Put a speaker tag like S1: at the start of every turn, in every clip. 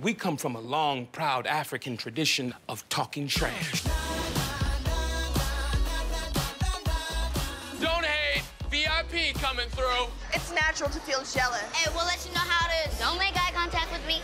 S1: We come from a long, proud African tradition of talking trash.
S2: Don't hate. VIP coming through.
S3: It's natural to feel jealous.
S4: Hey, we'll let you know how it is. Don't make eye contact with me.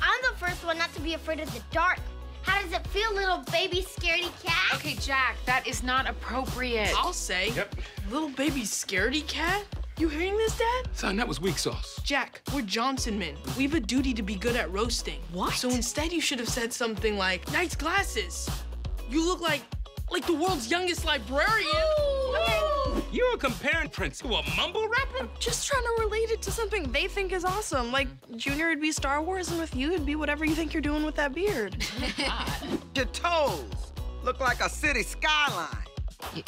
S4: I'm the first one not to be afraid of the dark. How does it feel, little baby scaredy cat?
S5: Okay, Jack, that is not appropriate.
S6: I'll say. Yep. Little baby scaredy cat? You hearing this, Dad?
S1: Son, that was weak sauce.
S6: Jack, we're Johnson men. We have a duty to be good at roasting.
S5: What?
S6: So instead, you should have said something like, nice glasses. You look like, like the world's youngest librarian.
S1: You were comparing Prince to a mumble rapper?
S6: Just trying to relate it to something they think is awesome. Like, Junior would be Star Wars, and with you, it'd be whatever you think you're doing with that beard.
S7: Your toes look like a city skyline.
S5: You,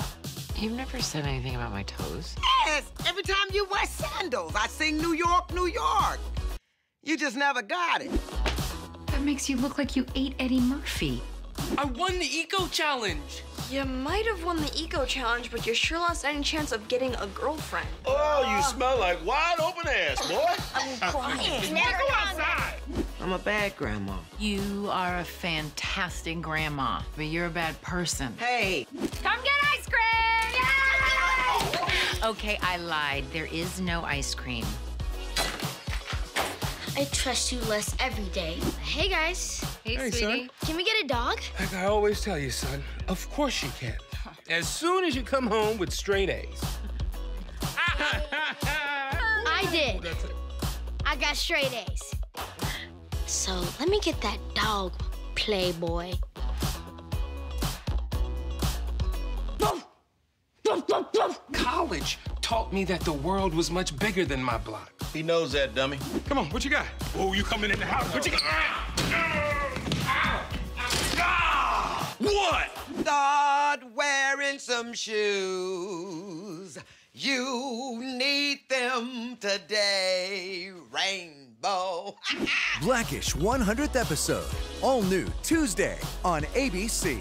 S5: have never said anything about my toes.
S7: Yes, every time you wear sandals, I sing New York, New York. You just never got it.
S5: That makes you look like you ate Eddie Murphy.
S6: I won the eco challenge.
S8: You might have won the eco challenge, but you sure lost any chance of getting a girlfriend.
S9: Oh, you smell like wide open ass, boy.
S3: I'm crying.
S4: Never
S9: outside.
S7: I'm a bad grandma.
S5: You are a fantastic grandma, but you're a bad person.
S7: Hey,
S4: Come get ice cream!
S5: Okay, I lied. There is no ice cream.
S4: I trust you less every day. Hey guys,
S5: Hey,
S1: Hey,
S5: sweetie.
S1: son.
S4: can we get a dog?
S1: Like I always tell you, son, of course you can. As soon as you come home with straight A's.
S4: I did.
S1: That's it.
S4: I got straight A's. So let me get that dog, Playboy.
S1: College taught me that the world was much bigger than my block.
S9: He knows that, dummy.
S1: Come on, what you got? Oh, you coming in the house? What you got?
S9: What?
S7: start wearing some shoes. You need them today, rainbow.
S10: Blackish 100th episode, all new Tuesday on ABC.